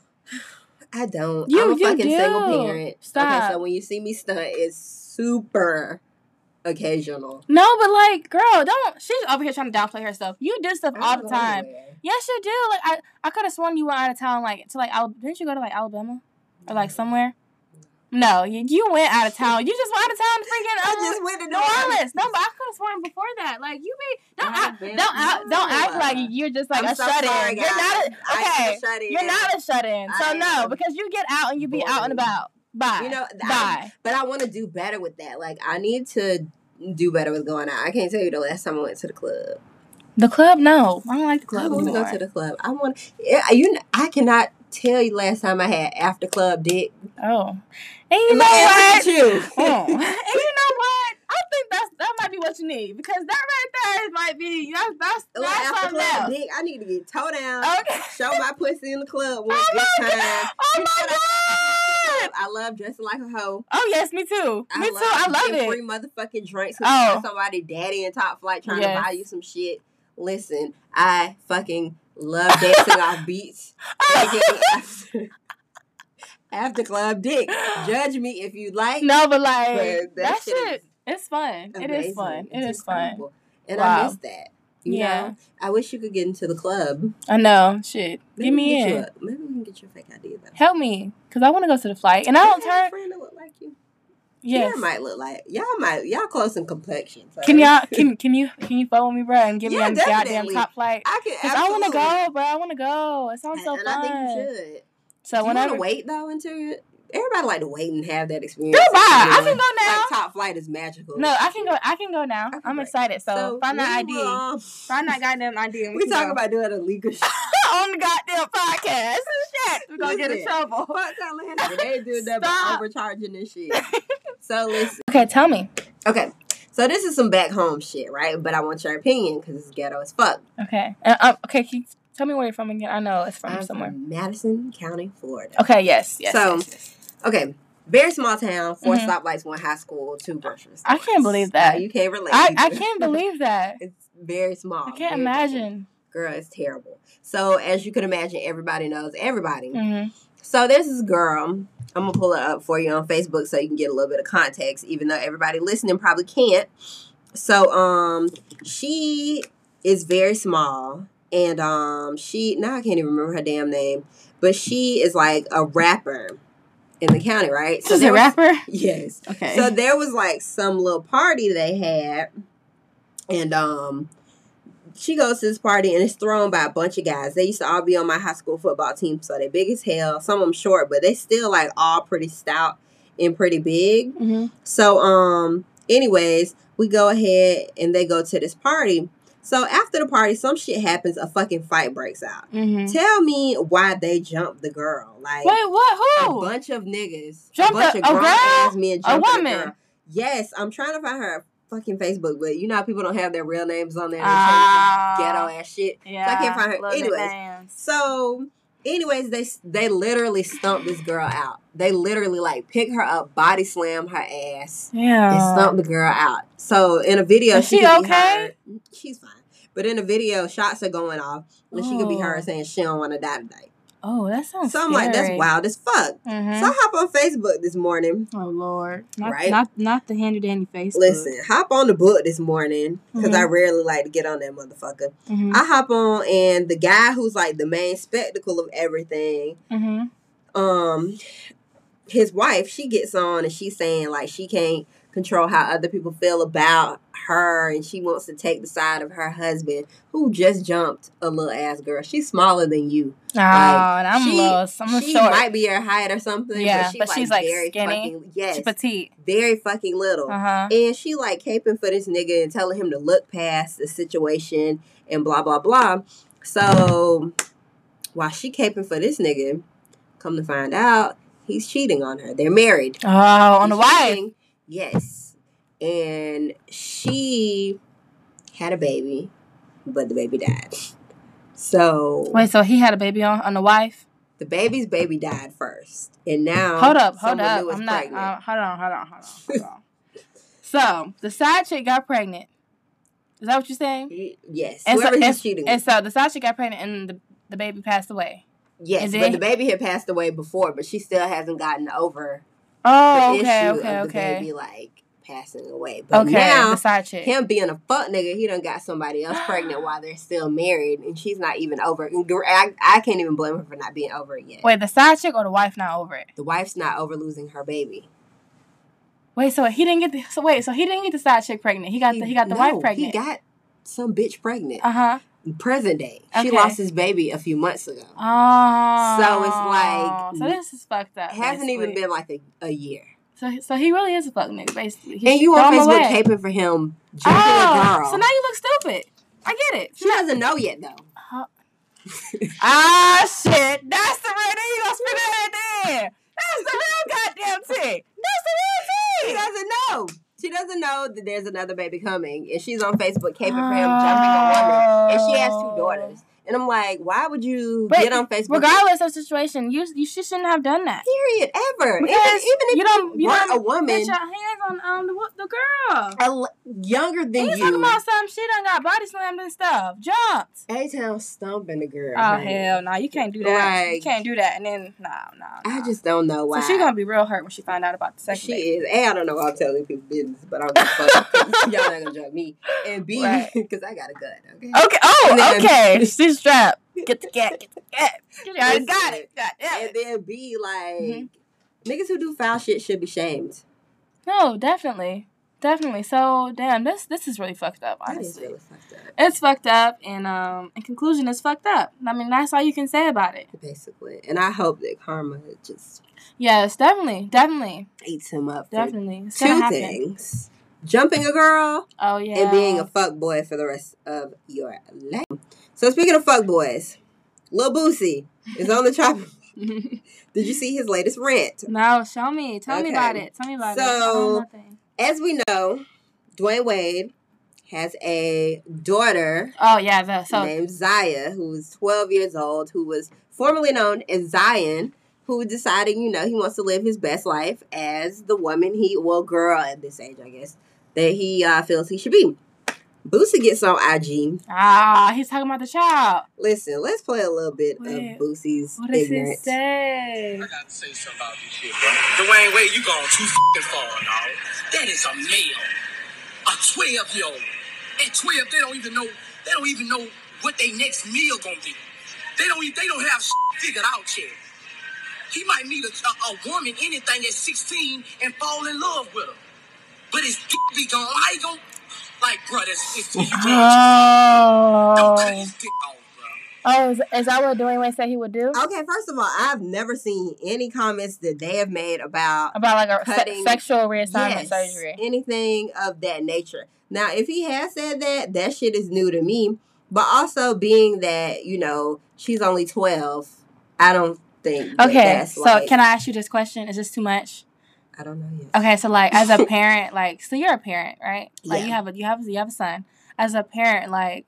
S1: I don't.
S2: You-
S1: I'm a
S2: you
S1: fucking single
S2: do.
S1: parent. Okay,
S2: Stop.
S1: so when you see me stunt, it's super occasional.
S2: No, but like, girl, don't. She's over here trying to downplay herself. You do stuff
S1: I
S2: all
S1: don't
S2: the
S1: go
S2: time.
S1: anywhere.
S2: Yes, you do. Like, I, I could have sworn you went out of town. Like, to like, Al- didn't you go to like Alabama or like somewhere? No, you, you went out of town. You just went out of town. to Freaking,
S1: I
S2: uh,
S1: just went to
S2: New Orleans. No, but I could have sworn before that. Like, you be don't act,
S1: Alabama.
S2: don't act, don't act like you're just like
S1: I'm
S2: a
S1: so
S2: shut
S1: sorry,
S2: in. You're not.
S1: guys.
S2: A,
S1: I am
S2: okay,
S1: a shut-in.
S2: you're not a shut in.
S1: I
S2: So
S1: am
S2: no, because you get out and you be out
S1: boring.
S2: and about. Bye.
S1: You know, th- I-
S2: Bye.
S1: but I want to do better with that. Like, I need to do better with going out. I can't tell you the last time I went to the club.
S2: The club? No, I don't like the
S1: I
S2: club
S1: want to
S2: anymore.
S1: go to the club. I want. Yeah, you. kn- I cannot tell you last time I had after club dick.
S2: oh, and you
S1: Look
S2: know what? Oh.
S1: at you.
S2: and you know what? I think that's that might be what you need because that right there might be that's that's
S1: Like,
S2: that's
S1: after
S2: something
S1: club
S2: else.
S1: dick, I need to get toe down.
S2: Okay.
S1: Show my pussy in the club one
S2: Oh
S1: good
S2: my
S1: time.
S2: god! Oh my god!
S1: I love dressing like a hoe.
S2: Oh yes, me too.
S1: I
S2: Me too. I love
S1: getting
S2: it.
S1: Free motherfucking drinks.
S2: Oh.
S1: Oh. Somebody daddy in top flight trying to
S2: Yes.
S1: buy you some shit. Listen, I fucking love dancing off beats. Taking after, after club dick. Judge me if you like.
S2: No, but
S1: but
S2: like that,
S1: shit is
S2: shit, it's fun. It is
S1: amazing.
S2: fun. It
S1: It's
S2: is fun.
S1: incredible. And I
S2: Wow.
S1: miss that. You
S2: Yeah.
S1: know? I wish you could get into the club.
S2: I know. Shit,
S1: Maybe
S2: get
S1: we
S2: me
S1: can get you
S2: in.
S1: a- maybe we can get you a fake idea though.
S2: Help me, cause I want to go to the flight, and I don't
S1: You have a
S2: turn.
S1: friend that look like you.
S2: Yes.
S1: Y'all might look like y'all might y'all close in complexion. so-
S2: Can y'all can can you can you phone me, bro, and give me
S1: Yeah,
S2: on the goddamn
S1: definitely.
S2: top flight?
S1: I can.
S2: Cause I want to
S1: absolutely.
S2: go, bro. I want to go. It sounds so
S1: and,
S2: fun.
S1: I think you should.
S2: So
S1: Do you want
S2: whenever
S1: to wait though until you? Everybody like to wait and have that experience.
S2: Goodbye. I
S1: You
S2: can
S1: know?
S2: go now.
S1: Like, top flight is magical.
S2: No, I can go. I can go now.
S1: Okay,
S2: I'm
S1: great.
S2: excited. So, find that
S1: we
S2: ID.
S1: will, um,
S2: Find that goddamn ID. and
S1: We
S2: can
S1: talk
S2: go.
S1: about doing illegal shit.
S2: on the goddamn podcast. Shit, we're gonna get in
S1: Listen.
S2: trouble.
S1: Fuck Atlanta. They do that by
S2: Stop.
S1: overcharging and shit. so listen.
S2: Okay, tell me.
S1: Okay. So this is some back home shit, right? But I want your opinion because it's ghetto as fuck.
S2: Okay. Uh, um, okay, can you tell me where you're from again. I know it's from
S1: I'm
S2: somewhere.
S1: from Madison County, Florida.
S2: Okay. Yes. Yes.
S1: So-
S2: yes, yes.
S1: Okay. Very small town, 4
S2: Mhm.
S1: stoplights, one high school, two grocery stores.
S2: I can't believe that.
S1: Uh, you can't relate.
S2: I I can't believe that.
S1: it's very small.
S2: I can't
S1: very little.
S2: imagine.
S1: Girl, it's terrible. So as you can imagine, everybody knows everybody.
S2: hmm
S1: So there's this girl. I'm gonna pull her up for you on Facebook so you can get a little bit of context, even though everybody listening probably can't. So um she is very small and um she now I can't even remember her damn name, but she is like a rapper. in the county, right?
S2: This is
S1: there
S2: a
S1: was-
S2: rapper.
S1: Yes.
S2: Okay.
S1: So there was like some little party they had, and um, she goes to this party and it's thrown by a bunch of guys. They used to all be on my high school football team, so they big as hell. Some of them short, but they still like all pretty stout and pretty big.
S2: hmm
S1: So um, anyways, we go ahead and they go to this party. So after the party, some shit happens. A fucking fight breaks out.
S2: hmm
S1: Tell me why they jumped the girl? Like
S2: Wait, what?
S1: a
S2: Who?
S1: bunch of niggas,
S2: Jumped
S1: a bunch
S2: a-
S1: of
S2: a
S1: grown
S2: girl?
S1: ass men, jumped at
S2: woman?
S1: girl. Yes, I'm trying to find her fucking Facebook, but you know how people don't have their real names on there. They
S2: Ah.
S1: change them ghetto ass shit.
S2: Yeah.
S1: I can't find her.
S2: love
S1: Anyways.
S2: nicknames.
S1: So, anyways, they they literally stumped this girl out. They literally like pick her up, body slam her ass,
S2: Yeah.
S1: and stump the girl out. So in a video,
S2: Is
S1: she,
S2: she
S1: could be
S2: okay?
S1: heard- She's fine. But in the video, shots are going off, and she could be
S2: Oh.
S1: heard saying she don't want to die today.
S2: Oh, that sounds.
S1: So I'm like, that's
S2: scary.
S1: wild as fuck.
S2: Mhm.
S1: So I hop on Facebook this morning.
S2: oh Lord. Not,
S1: Right?
S2: Not not the handy dandy Facebook.
S1: Listen, hop on the book this morning because I
S2: Mhm.
S1: rarely like to get on that motherfucker.
S2: hmm
S1: I hop on and the guy who's like the main spectacle of everything,
S2: hmm
S1: um, his wife, she gets on and she's saying like she can't control how other people feel about her and she wants to take the side of her husband who just jumped a little ass girl. She's smaller than you.
S2: Oh, and I'm
S1: she-
S2: low. so I'm
S1: she
S2: short.
S1: might be your height or something.
S2: Yeah,
S1: but,
S2: but she's, like,
S1: very
S2: skinny.
S1: Fucking, yes,
S2: She's petite.
S1: very fucking little.
S2: Uh huh.
S1: And she like caping for this nigga and telling him to look past the situation and blah blah blah. So while she caping for this nigga, come to find out, he's cheating on her. They're married.
S2: Oh, on the
S1: He's
S2: wife.
S1: cheating. Yes. And she had a baby, but the baby died. So
S2: Wait, so he had a baby on on the wife?
S1: the baby's baby died first. And now
S2: Hold up,
S1: Um, someone
S2: hold up.
S1: new is
S2: I'm not.
S1: pregnant.
S2: Uh, hold on, hold on, hold on, hold on. so the side chick got pregnant. Is that what you're saying?
S1: yes.
S2: And so-
S1: Whoever he's cheating
S2: And
S1: with.
S2: so the side chick got pregnant, and the, the baby passed away.
S1: Yes,
S2: And
S1: but
S2: then-
S1: the baby had passed away before, but she still hasn't gotten over the
S2: Oh, okay,
S1: issue
S2: okay,
S1: of the
S2: okay,
S1: baby like passing away. But
S2: okay.
S1: now
S2: the side chick.
S1: him being a fuck nigga, he done got somebody else pregnant while they're still married, and she's not even over. it. And gr- I, I can't even blame her for not being over it yet.
S2: Wait, the side chick or the wife not over it?
S1: The wife's not over losing her baby.
S2: Wait, so he didn't get the so wait, so he didn't get the side chick pregnant. He got the, he got the
S1: No,
S2: wife pregnant.
S1: He got some bitch pregnant.
S2: uh huh.
S1: Present day, she
S2: Okay. Uh,
S1: lost his baby a few months ago.
S2: Oh.
S1: So it's like-
S2: so this is fucked up.
S1: Hasn't even
S2: basically.
S1: been like a, a year.
S2: So so he really is a fuck nigga basically. He
S1: and you
S2: throw
S1: on
S2: him
S1: Facebook
S2: away.
S1: caping for him jumping
S2: Oh,
S1: a girl.
S2: so now you look stupid. I get it.
S1: she doesn't know yet though.
S2: Ah shit, that's the real thing. You gonna spit it in there? That's the real goddamn thing. That's the
S1: She
S2: real thing.
S1: doesn't know. She doesn't know that there's another baby coming, and she's on Facebook caping for him jumping a woman, and she has two daughters. And I'm like, why would you
S2: But
S1: get on Facebook?
S2: Regardless of situation, you you she shouldn't have done that.
S1: period, ever. Even, even
S2: Because
S1: if
S2: you
S1: you
S2: don't you
S1: weren't
S2: don't
S1: a woman,
S2: Get your hands on um the, wo- the girl.
S1: a l- younger
S2: And
S1: than
S2: you
S1: you,
S2: talking about some shit done got body slammed and stuff. Jumped.
S1: A Town stomping the girl.
S2: Oh
S1: honey.
S2: hell no, you can't do that. you
S1: Like-
S2: can't do that. And then no, no.
S1: I
S2: no.
S1: just don't know why.
S2: So she's gonna be real hurt when she find out about the second
S1: She
S2: baby.
S1: is. A, I don't know why I'm telling people business, but I'm gonna fuck. Y'all not gonna jump me. And B,
S2: Right.
S1: because I got a gun. Okay.
S2: Okay. Oh,
S1: And then-
S2: okay. She's strapped. Get the cat. Get the cat. Get the
S1: Listen.
S2: cat. Got it. Got
S1: And
S2: it.
S1: then B, like
S2: Mhm.
S1: niggas who do foul shit should be shamed.
S2: No, definitely, definitely. So damn, this this is really fucked up.
S1: That is
S2: Honestly,
S1: really fucked up.
S2: it's fucked up, and um, in conclusion, it's fucked up. I mean, that's all you can say about it.
S1: Basically, and I hope that karma just
S2: Yes, definitely, definitely,
S1: eats him up for
S2: definitely. It's gonna
S1: two
S2: happen.
S1: things: jumping a girl
S2: Oh yeah.
S1: and being a fuck boy for the rest of your life. So speaking of fuck boys, Lil Boosie is on the chopper. Did you see his latest rant?
S2: no, show me. Tell me
S1: Okay.
S2: about it. Tell me about it. I don't
S1: So-
S2: know nothing.
S1: As we know, Dwayne Wade has a daughter
S2: Oh yeah. The, so
S1: named Zaya, who's 12 years old, who was formerly known as Zion, who decided, you know, he wants to live his best life as the woman he, well, girl at this age, I guess, that he uh, feels he should be. Boosie gets on IG.
S2: ah, he's talking about the child.
S1: Listen, let's play a little bit
S2: Wait,
S1: of Boosie's
S2: What does he
S1: ignorance.
S2: say?
S3: I gotta say something about this shit, bro. Dwayne Wade, you gone too f***ing far, dog. That is a male, a twelve year old. At twelve, they don't even know. They don't even know what their next meal gonna be. They don't. e- They don't have shit figured out yet. He might meet a, a, a woman, anything at 16, and fall in love with her. But his dick be gone. I ain't gonna, like, bro, that's, it's, you can't, don't cut
S2: Oh.
S3: his dick off, bro.
S2: Oh, is, is that what Dwayne Wade said he would do?
S1: Okay, first of all, I've never seen any comments that they have made about
S2: About like a se-
S1: Cutting-
S2: sexual
S1: yes,
S2: reassignment surgery.
S1: anything of that nature. Now, if he has said that, that shit is new to me. But also, being that you know she's only twelve, I don't think. that
S2: Okay,
S1: that's
S2: so
S1: like-
S2: can I ask you this question? Is this too much?
S1: I don't know yet.
S2: Okay, so like as a parent, like so you're a parent, right? Like you
S1: Yeah.
S2: have a you have you have a son. As a parent, like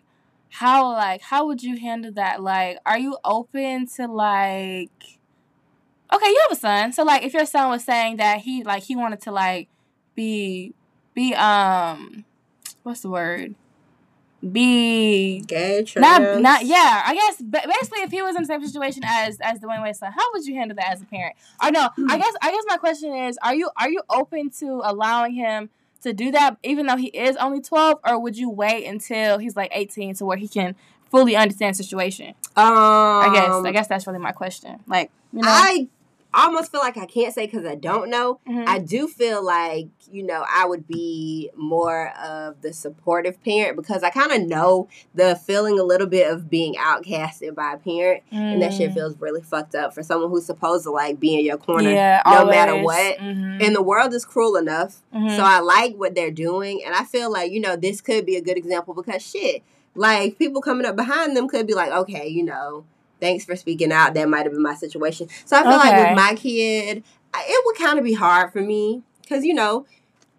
S2: how like how would you handle that? Like, are you open to like Okay, you have a son. So like if your son was saying that he like he wanted to like be be um what's the word? Be
S1: Gay trans.
S2: not not yeah. I guess ba- basically, if he was in the same situation as as Dwayne Wade's son, how would you handle that as a parent? Or no,
S1: Hmm.
S2: I guess I guess my question is: Are you are you open to allowing him to do that, even though he is only twelve, or would you wait until he's like eighteen to where he can fully understand the situation?
S1: Um,
S2: I guess I guess that's really my question. Like you know,
S1: I almost feel like I can't say because I don't know.
S2: Mhm.
S1: I do feel like, you know, I would be more of the supportive parent because I kind of know the feeling a little bit of being outcasted by a parent. And that shit
S2: Mm.
S1: feels really fucked up for someone who's supposed to like be in your corner
S2: yeah,
S1: no matter
S2: always.
S1: what.
S2: Mhm.
S1: And the world is cruel enough.
S2: Mhm.
S1: So I like what they're doing. And I feel like, you know, this could be a good example because shit, like people coming up behind them could be like, okay, you know, thanks for speaking out. That might have been my situation. So I feel like
S2: Okay.
S1: with my kid, I, it would kind of be hard for me because, you know,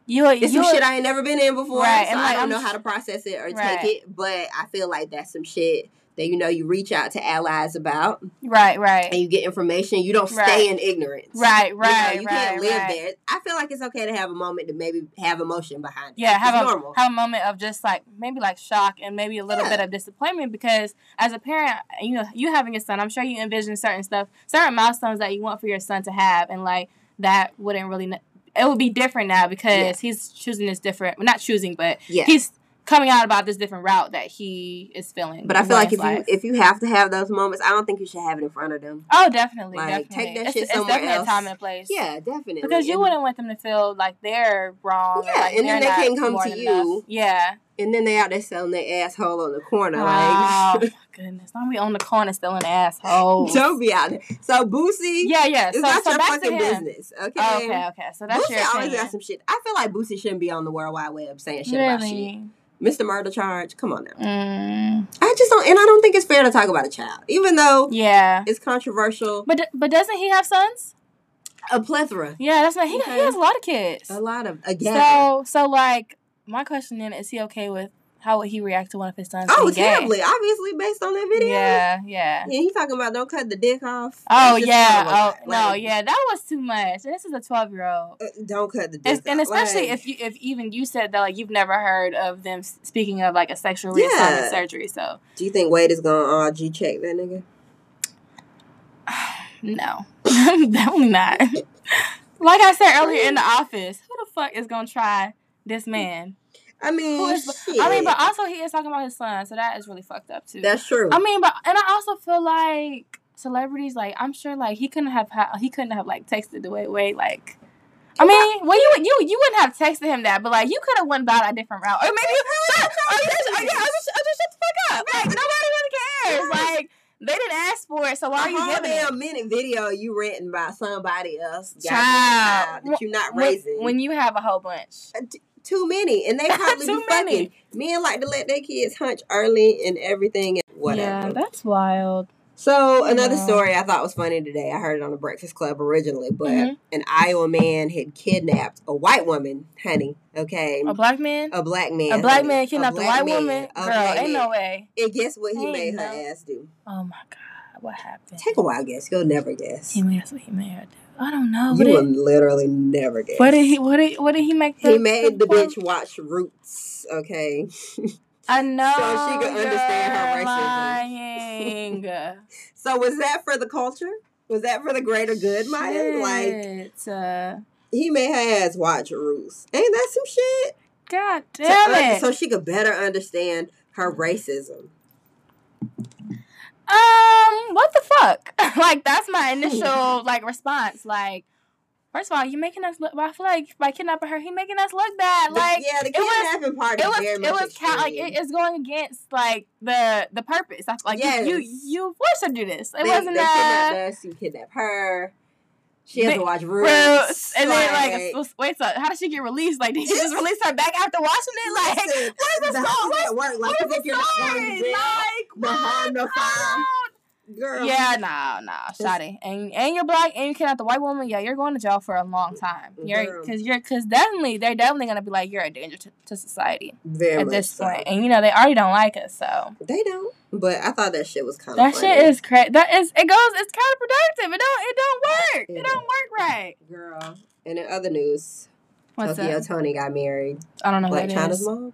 S2: you would-
S1: it's
S2: you
S1: some
S2: would-
S1: shit I ain't never been in before.
S2: Right,
S1: So
S2: and,
S1: I
S2: like,
S1: don't
S2: I'm
S1: know
S2: sh-
S1: how to process it or
S2: Right.
S1: take it. But I feel like that's some shit that, you know, you reach out to allies about
S2: right right
S1: and you get information. You don't stay
S2: Right.
S1: in ignorance.
S2: right right
S1: You know,
S2: right
S1: you can't live
S2: right.
S1: there. I feel like it's okay to have a moment to maybe have emotion behind it.
S2: yeah
S1: It's
S2: have a
S1: normal.
S2: have a moment of just like maybe like shock and maybe a little
S1: Yeah.
S2: bit of disappointment because as a parent you know you having a son i'm sure you envision certain stuff certain milestones that you want for your son to have and like that wouldn't really n- it would be different now because
S1: Yeah.
S2: he's choosing this different well, not choosing but
S1: yeah.
S2: he's coming out about this different route that he is feeling
S1: But I feel
S2: in
S1: like
S2: his
S1: if
S2: life.
S1: you if you have to have those moments, I don't think you should have it in front of them.
S2: oh definitely
S1: like, take
S2: definitely
S1: that
S2: it's,
S1: shit
S2: it's
S1: somewhere
S2: definitely
S1: else.
S2: a time and a place
S1: Yeah, definitely.
S2: because you
S1: And-
S2: wouldn't want them to feel like they're wrong or,
S1: Yeah,
S2: like,
S1: and then
S2: they're
S1: they
S2: not
S1: can't come
S2: more
S1: to
S2: than
S1: you.
S2: enough. yeah
S1: And then they out there selling their asshole on the corner.
S2: Wow,
S1: Like,
S2: my goodness. Now we on the corner still an asshole.
S1: don't be out there. So Boosie,
S2: yeah, yeah.
S1: it's
S2: So,
S1: not
S2: so
S1: your
S2: back
S1: fucking
S2: to him.
S1: business. Okay.
S2: Oh, okay, okay. So that's
S1: Boosie
S2: your
S1: always
S2: opinion.
S1: got some shit. I feel like Boosie shouldn't be on the World Wide Web saying shit about shit.
S2: really?
S1: Mr. Murder Charge, come on now.
S2: Mm,
S1: I just don't, and I don't think it's fair to talk about a child, even though
S2: yeah.
S1: it's controversial.
S2: But d- but doesn't he have sons?
S1: A plethora,
S2: Yeah, that's not. He, he
S1: Okay.
S2: has a lot of kids.
S1: a lot of again.
S2: So so like my question then is he okay with how would he react to one of his sons?
S1: oh,
S2: being gay?
S1: terribly, obviously based on that video.
S2: Yeah, yeah.
S1: Yeah, he talking about don't cut the dick off.
S2: Oh
S1: That's just
S2: yeah.
S1: kinda
S2: Oh
S1: like-
S2: no,
S1: like,
S2: yeah. That was too much. And this is a twelve year old.
S1: uh, Don't cut the dick
S2: And,
S1: off.
S2: and especially
S1: Like,
S2: if you if even you said that like you've never heard of them s- speaking of like a sexual
S1: Yeah.
S2: reassignment surgery, so
S1: Do you think Wade is gonna uh, G check that nigga?
S2: no, definitely not. like I said earlier in the office, who the fuck is gonna try this man?
S1: I
S2: Who
S1: mean,
S2: is?
S1: shit.
S2: I mean, but also he is talking about his son, so that is really fucked up too.
S1: that's true.
S2: I mean, but and I also feel like celebrities, like I'm sure, like he couldn't have ha- he couldn't have like texted the way way like. I mean, well, you would- you you wouldn't have texted him that, but like you could have went about a different route, or maybe shut, or just, or yeah, or just, or just shut the fuck up. Like nobody really cares. Like they didn't ask for it, so why are
S1: a
S2: you
S1: whole
S2: giving it?
S1: damn minute video you written by somebody else, goddamn
S2: Child.
S1: child that you're not
S2: When,
S1: raising.
S2: when you have a whole bunch.
S1: too many, and they probably
S2: Too
S1: be fucking.
S2: many.
S1: Men like to let their kids hunch early and everything, and whatever.
S2: Yeah, that's wild.
S1: So another
S2: Yeah.
S1: story I thought was funny today. I heard it on the Breakfast Club originally, but
S2: Mhm.
S1: an Iowa man had kidnapped a white woman, honey. Okay,
S2: A black man,
S1: a black man.
S2: a black
S1: honey.
S2: man kidnapped a,
S1: black
S2: white
S1: man,
S2: woman.
S1: a
S2: Girl,
S1: black
S2: ain't
S1: man.
S2: no way.
S1: And guess what he
S2: Ain't
S1: made her
S2: no-
S1: ass do?
S2: Oh my god, what happened?
S1: Take a wild guess. You'll never guess.
S2: He made that's what he made her do. I don't know.
S1: you
S2: What
S1: will
S2: did,
S1: literally never guess.
S2: what did he? What did? What did he make?
S1: He made the
S2: poor-
S1: bitch watch Roots. Okay,
S2: I know.
S1: so she could understand her
S2: you're
S1: racism.
S2: lying.
S1: so was that for the culture? Was that for the greater good, Maya? Like
S2: Shit. Uh,
S1: he made her ass watch Roots. Ain't that some shit? uh,
S2: God
S1: to
S2: damn
S1: un-
S2: it.
S1: so she could better understand her racism.
S2: um, what the fuck? like that's my initial like response. Like, first of all, you making us look. I feel like by kidnapping her, he making us look bad.
S1: The-
S2: Like,
S1: yeah, the
S2: it was-
S1: kidnapping part is
S2: it was
S1: very
S2: it
S1: much
S2: was ca- like
S1: extreme.
S2: it, it's going against like the the purpose. That's like you, you
S1: Yes.
S2: you forced her to do this. It
S1: they,
S2: wasn't
S1: they
S2: that.
S1: kidnapped us. You kidnapped her. She has
S2: They-
S1: to watch
S2: Roots.
S1: Roots.
S2: And then like s- wait, so how did she get released? Like did she just release her back after watching it? Like
S1: listen,
S2: what is the
S1: the
S2: song?
S1: hoes
S2: What's
S1: at work,
S2: what
S1: Like
S2: is
S1: as if
S2: the
S1: you're not going to
S2: story?
S1: jail.
S2: Like
S1: The harm,
S2: what?
S1: the
S2: I
S1: foul.
S2: don't
S1: Girl.
S2: Yeah, nah, nah, shoddy. And and you're black and you kidnapped the white woman. Yeah, you're going to jail for a long time. You're
S1: Girl.
S2: because you're because definitely they're definitely gonna be like you're a danger to, to society
S1: Very
S2: at
S1: much
S2: this
S1: so.
S2: point. And you know they already don't like us, so
S1: They don't. But I thought that shit was kind of
S2: that shit is crazy. That is it goes. It's counterproductive. It don't. It don't work.
S1: Yeah.
S2: It don't work right.
S1: Girl. And in other news,
S2: What's
S1: Tokyo
S2: up?
S1: Tony got married.
S2: I don't know who
S1: Black
S2: that is.
S1: China's mom.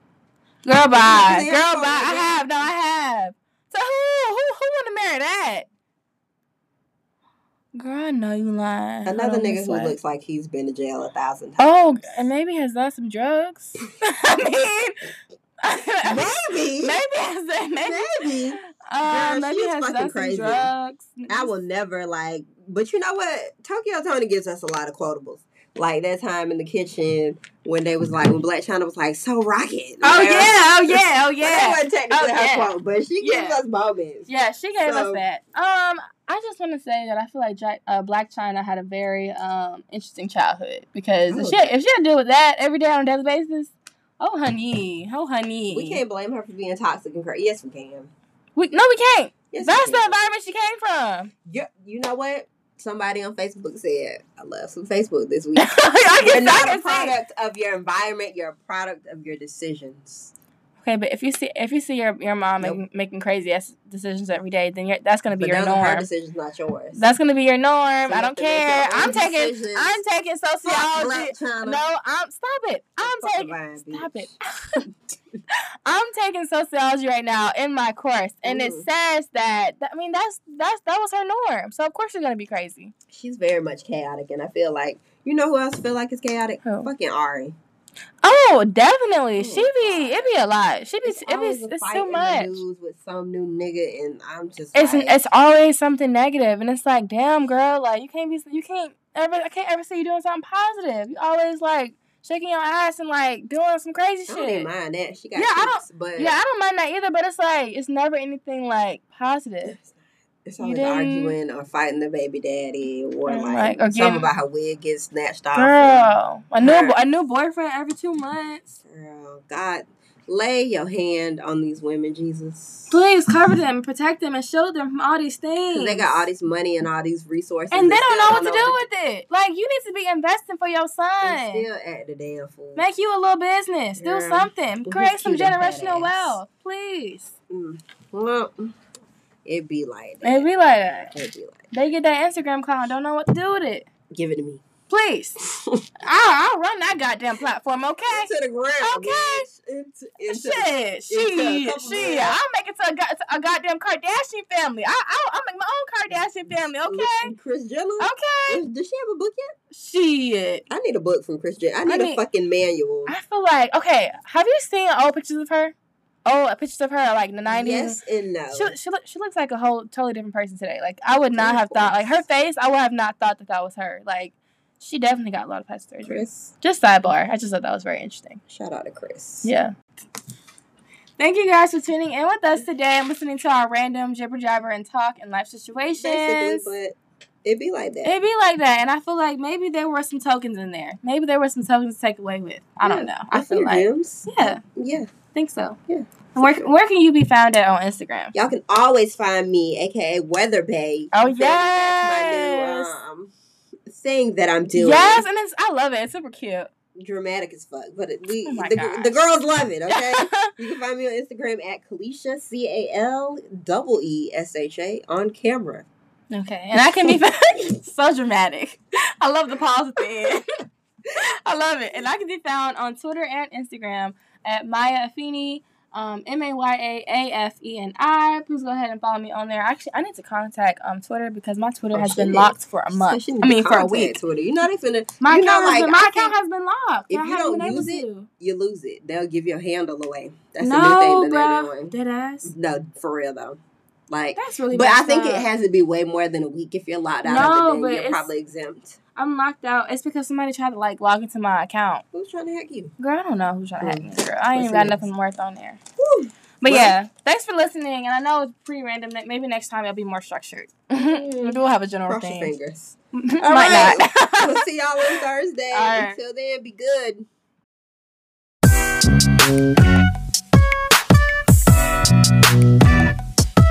S2: Girl, bye.
S1: They
S2: Girl,
S1: all
S2: bye. I
S1: like that.
S2: have. No, I have. So who? Who? Who want to marry that? Girl, I know you lying. Hold
S1: Another
S2: on,
S1: nigga
S2: this
S1: who
S2: way.
S1: looks like he's been to jail a thousand times.
S2: Oh, and maybe has done some drugs. I mean,
S1: maybe.
S2: maybe has done maybe.
S1: Maybe.
S2: Uh,
S1: Girl,
S2: maybe
S1: she's
S2: has
S1: fucking
S2: done
S1: crazy.
S2: some drugs.
S1: I will never like, but you know what? Tokyo Tony gives us a lot of quotables. Like that time in the kitchen when they was like, when Black China was like, "So rocket."
S2: Oh
S1: Like,
S2: yeah! Oh yeah! Oh
S1: That
S2: yeah!
S1: wasn't technically
S2: Oh,
S1: her
S2: yeah.
S1: quote, but she gives
S2: Yeah.
S1: us moments.
S2: Yeah, she gave
S1: So-
S2: us that. Um, I just want to say that I feel like Jack, uh, Black China had a very um interesting childhood because if
S1: Oh.
S2: she if she had to deal with that every day on a daily basis, oh honey, oh honey,
S1: We can't blame her for being toxic and crazy. Yes, we can.
S2: We, no, we can't.
S1: Yes,
S2: That's
S1: we
S2: the
S1: can.
S2: environment she came from.
S1: You, you know what? Somebody on Facebook said, "I love some Facebook this week."
S2: I
S1: You're
S2: can, I
S1: not a
S2: can see. it.
S1: product of your environment. You're a product of your decisions.
S2: Okay, but if you see if you see your your mom
S1: Nope.
S2: making, making crazy ass decisions every day, then you're, that's gonna be
S1: But
S2: your
S1: those are her
S2: norm.
S1: decisions, not yours.
S2: That's gonna be your norm. I
S1: you
S2: don't
S1: have to make
S2: care.
S1: your own
S2: I'm taking
S1: decisions.
S2: I'm taking
S1: Fuck
S2: sociology.
S1: Blac Chyna.
S2: No, I'm stop it. I'm
S1: Fuck
S2: taking
S1: Divine,
S2: stop
S1: bitch.
S2: it. I'm taking sociology right now in my course, and it
S1: Mhm.
S2: says that, that- I mean that's that's that was her norm. So of course you're gonna be crazy.
S1: She's very much chaotic, and I feel like you know who else feel like is chaotic?
S2: Who?
S1: Fucking Ari.
S2: Oh, definitely. She
S1: Oh,
S2: be it be a lot. She be
S1: It's
S2: it be
S1: always a
S2: it's
S1: fight
S2: too
S1: in the
S2: much.
S1: news with some new nigga, and I'm just
S2: It's
S1: like,
S2: it's always something negative, and it's like, damn girl, like you can't be you can't ever I can't ever see you doing something positive. You always like shaking your ass and like doing some crazy
S1: I
S2: shit.
S1: don't even mind that. She got
S2: Yeah, I
S1: tips, but
S2: Yeah, I don't mind that either, but it's like it's never anything like positive.
S1: It's
S2: You
S1: always
S2: didn't-
S1: arguing or fighting the baby daddy, or
S2: Mm,
S1: like,
S2: like, or
S1: something
S2: getting-
S1: about her wig gets snatched off. and-
S2: Girl, a new bo- a new boyfriend every two months.
S1: Girl, God, lay your hand on these women, Jesus.
S2: Please cover them, protect them, and shield them from all these things.
S1: 'Cause they got all this money and all these resources,
S2: and they don't know what to do
S1: with.
S2: with it. Like you need to be investing for your son.
S1: Still at the damn fool.
S2: Make you a little business.
S1: Girl.
S2: Do something.
S1: Well,
S2: Create
S1: he's
S2: some
S1: cute and fat
S2: generational
S1: ass.
S2: wealth, please.
S1: Mm. Well, it be like that.
S2: It be like that.
S1: It be like,
S2: They get that Instagram call and don't know what to do with it.
S1: give it to me.
S2: Please, I'll, I'll run that goddamn platform. Okay.
S1: Into the ground.
S2: Okay.
S1: bitch. Into, into the-
S2: Shit,
S1: it's
S2: she,
S1: a couple
S2: she,
S1: of-
S2: I'll make it to a, go- to a goddamn Kardashian family. I, I'll, I'll make my own Kardashian family, okay?
S1: Chris Jenner.
S2: Okay.
S1: Is- Does she have a book yet?
S2: Shit.
S1: I need a book from Chris Jenner. I need a
S2: need-
S1: fucking manual.
S2: I feel like, okay, have you seen old pictures of her? Old pictures of her, like in the 90s?
S1: Yes and no.
S2: She, she, look, she looks like a whole totally different person today. Like, I would not
S1: Of
S2: have thought, like, her
S1: course.
S2: face, I would have not thought that that was her. Like, she definitely got a lot of plastic surgery.
S1: Chris.
S2: Just sidebar. I just thought that was very interesting.
S1: Shout out to Chris.
S2: Yeah. Thank you guys for tuning in with us today and listening to our random jibber jabber and talk and life
S1: Basically,
S2: situations.
S1: but it be like that.
S2: It'd be like that, and I feel like maybe there were some tokens in there. Maybe there were some tokens to take away with. I don't
S1: Yeah.
S2: know. I
S1: That's
S2: feel
S1: your
S2: like
S1: gems.
S2: yeah,
S1: Yeah.
S2: think so.
S1: Yeah.
S2: And Where where can you be found at on Instagram?
S1: Y'all can always find me, aka Weather Babe.
S2: Oh,
S1: That's
S2: yes.
S1: my new um, thing that I'm doing.
S2: Yes, and it's I love it. It's super cute.
S1: dramatic as fuck, but it, we
S2: Oh my
S1: the,
S2: gosh.
S1: the girls love it. Okay, you can find me on Instagram at Kalisha C A L double E S H A on camera.
S2: okay, and I can be found so dramatic. I love the pause at the end. I love it, and I can be found on Twitter and Instagram at Maya Afeni. Um, M A Y A A F E N I. Please go ahead and follow me on there. Actually, I need to contact um Twitter because my Twitter
S1: Oh,
S2: has
S1: she
S2: been
S1: did.
S2: locked for a month.
S1: Especially
S2: I mean,
S1: the
S2: for a
S1: contact
S2: week.
S1: Twitter, you know they finna
S2: My
S1: You know,
S2: account, has,
S1: like,
S2: been, my
S1: I
S2: account
S1: think
S2: has been locked.
S1: if
S2: I
S1: you
S2: haven't
S1: don't
S2: been
S1: use it,
S2: able to.
S1: you lose it. They'll give your handle away. That's a new
S2: no,
S1: thing that they're
S2: bruh.
S1: doing.
S2: Dead ass.
S1: No, for real though. Like,
S2: That's really
S1: but I
S2: messed
S1: think it
S2: up.
S1: has to be way more than a week if you're locked out. of
S2: No,
S1: it,
S2: but
S1: then you're
S2: it's-
S1: probably exempt.
S2: I'm locked out. It's because somebody tried to like log into my account.
S1: Who's trying to hack you?
S2: Girl, I don't know who's trying to hack me, girl. I
S1: What's
S2: ain't even got
S1: next?
S2: nothing worth on there.
S1: Whew.
S2: But
S1: Well-
S2: yeah, thanks for listening. And I know it's pretty random. That maybe next time it'll be more structured. we'll have a general
S1: Cross your
S2: thing.
S1: fingers.
S2: Might
S1: All right.
S2: not.
S1: we'll see y'all on Thursday.
S2: All right.
S1: Until then, be good.